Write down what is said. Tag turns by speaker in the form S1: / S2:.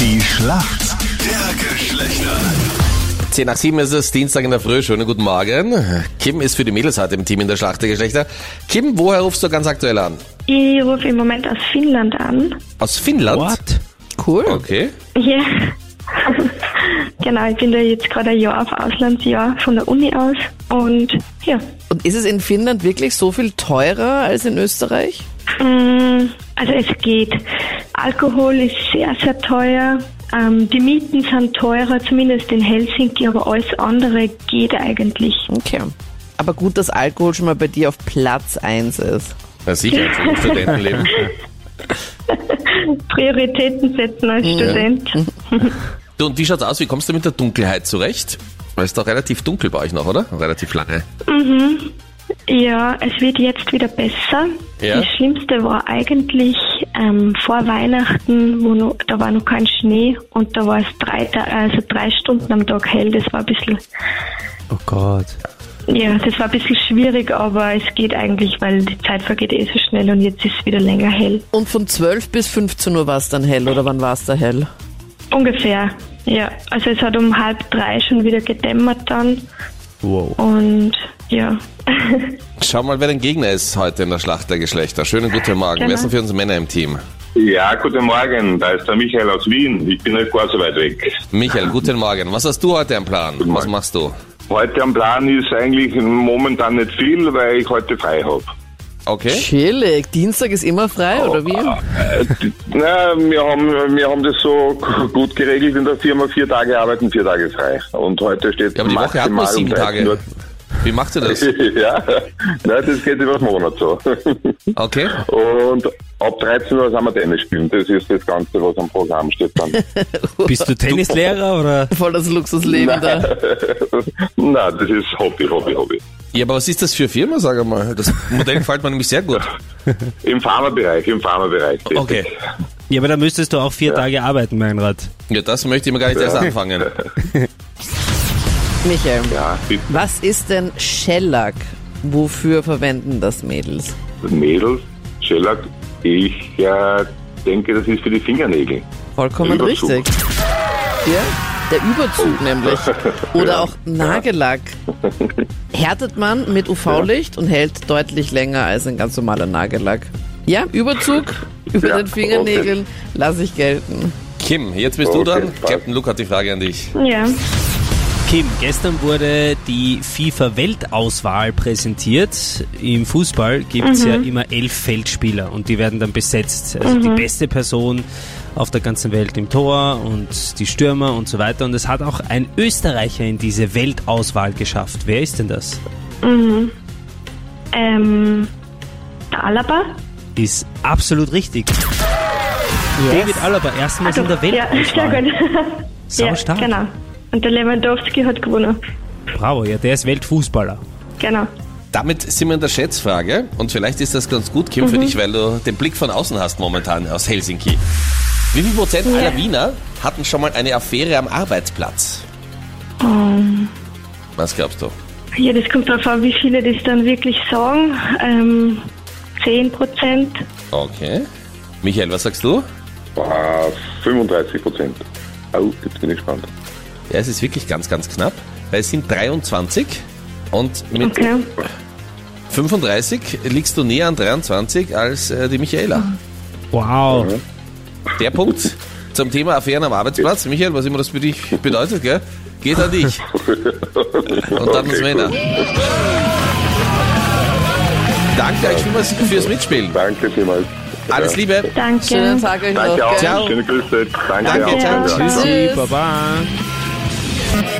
S1: Die Schlacht der Geschlechter.
S2: 10 nach 7 ist es, Dienstag in der Früh. Schönen guten Morgen. Kim ist für die Mädels heute im Team in der Schlacht der Geschlechter. Kim, woher rufst du ganz aktuell an?
S3: Ich rufe im Moment aus Finnland an.
S2: Aus Finnland?
S4: Cool.
S2: Okay.
S3: Ja. genau, ich bin da jetzt gerade ein Jahr auf Auslandsjahr von der Uni aus. Und ja,
S4: Und ist es in Finnland wirklich so viel teurer als in Österreich?
S3: Mm, also es geht. Alkohol ist sehr, sehr teuer. Ähm, die Mieten sind teurer, zumindest in Helsinki, aber alles andere geht eigentlich.
S4: Okay. Aber gut, dass Alkohol schon mal bei dir auf Platz 1 ist.
S2: Na sicher, so im Studentenleben.
S3: Prioritäten setzen als Student.
S2: Du, und wie schaut's aus? Wie kommst du mit der Dunkelheit zurecht? Weil es doch relativ dunkel bei euch noch, oder? Relativ lange.
S3: Ja, es wird jetzt wieder besser.
S2: Ja.
S3: Das Schlimmste war eigentlich ähm, vor Weihnachten, wo noch, da war noch kein Schnee und da war es drei, Ta- also drei Stunden am Tag hell. Das war ein bisschen,
S5: Oh Gott.
S3: ja, das war ein bisschen schwierig, aber es geht eigentlich, weil die Zeit vergeht eh so schnell und jetzt ist es wieder länger hell.
S4: Und von 12 bis 15 Uhr war es dann hell, oder wann war es da hell?
S3: Ungefähr, ja. Also es hat um halb drei schon wieder gedämmert dann
S5: Wow.
S3: und ja.
S2: Schau mal, wer dein Gegner ist heute in der Schlacht der Geschlechter. Schönen guten Morgen.
S3: Genau.
S2: Wer sind für uns Männer im Team?
S6: Ja, guten Morgen, da ist der Michael aus Wien. Ich bin nicht gar so weit weg.
S2: Michael, guten Morgen. Was hast du heute am Plan? Was
S6: Morgen.
S2: machst du?
S6: Heute am Plan ist eigentlich momentan nicht viel, weil ich heute frei habe.
S2: Okay.
S4: Chillig. Dienstag ist immer frei, oder
S2: Oh.
S4: wie?
S6: Äh, Na, wir haben, wir haben das so g- gut geregelt in der Firma, vier Tage arbeiten, vier Tage frei. Und heute steht
S2: Ja, aber die Woche hat
S6: maximal
S2: nur sieben
S6: um 13
S2: Tage. Wie macht ihr das?
S6: Uhr- Ja, na, das geht über den Monat so.
S2: Okay.
S6: Und ab 13 Uhr sind wir Tennis spielen. Das ist das Ganze, was am Programm steht dann.
S5: Bist du Tennislehrer oder?
S4: Voll das Luxusleben da.
S6: Na, das ist Hobby, Hobby, Hobby.
S2: Ja, aber was ist das für Firma, sag mal? Das Modell gefällt mir nämlich sehr gut.
S6: Im Pharmabereich, im Pharmabereich.
S2: Okay.
S5: Ja, aber da müsstest du auch vier Tage arbeiten, Meinrad.
S2: Ja, das möchte ich mir gar nicht erst anfangen.
S4: Michael,
S6: Ja, die
S4: was ist denn Shellac? Wofür verwenden das Mädels?
S6: Mädels, Schellack, ich äh, denke, das ist für die Fingernägel.
S4: Vollkommen
S6: Der Überzug.
S4: richtig. Ja, der Überzug nämlich. Oder auch Nagellack. Härtet man mit UV-Licht und hält deutlich länger als ein ganz normaler Nagellack. Ja, Überzug über
S6: Ja,
S4: den Fingernägeln lasse ich gelten.
S2: Kim, jetzt bist du
S6: Okay,
S2: dran.
S6: passt.
S2: Captain Luke hat die Frage an dich.
S3: Ja.
S5: Kim, gestern wurde die FIFA-Weltauswahl präsentiert. Im Fußball gibt's
S3: Mhm.
S5: ja immer elf Feldspieler und die werden dann besetzt. Also die beste Person auf der ganzen Welt im Tor und die Stürmer und so weiter. Und es hat auch ein Österreicher in diese Weltauswahl geschafft. Wer ist denn das?
S3: Ähm, der Alaba?
S5: Ist absolut richtig. David Alaba, erstmals in der
S3: Also, ja, sehr
S5: Weltauswahl.
S3: gut.
S5: Sau stark.
S3: Ja, genau. Und der Lewandowski hat gewonnen.
S5: Bravo, ja, der ist Weltfußballer.
S3: Genau.
S2: Damit sind wir in der Schätzfrage und vielleicht ist das ganz gut, Kim, für dich, weil du den Blick von außen hast momentan aus Helsinki. Wie viel Prozent aller Wiener hatten schon mal eine Affäre am Arbeitsplatz?
S5: Oh.
S2: Was glaubst du?
S3: Ja, das kommt darauf an, wie viele das dann wirklich sagen. Ähm, 10 Prozent.
S2: Okay. Michael, was sagst du?
S6: Boah, 35 Ah, Prozent. Oh, jetzt bin ich gespannt.
S2: Ja, es ist wirklich ganz, ganz knapp, weil es sind 23 und mit
S3: Okay.
S2: 35 liegst du näher an 23 als äh, die Michaela.
S5: Wow.
S2: Der Punkt zum Thema Affären am Arbeitsplatz, Michael, was immer das für dich bedeutet, gell? geht an dich. Und dann uns Männer. Danke euch vielmals fürs Mitspielen.
S6: Danke vielmals.
S2: Alles Liebe.
S3: Danke.
S4: Schönen Tag euch noch.
S6: Danke auch.
S4: gell?
S2: Ciao.
S6: Schöne Grüße. Danke,
S2: Danke,
S6: auch.
S2: ciao.
S6: Ja.
S2: Tschüss.
S4: Tschüss.
S5: Baba.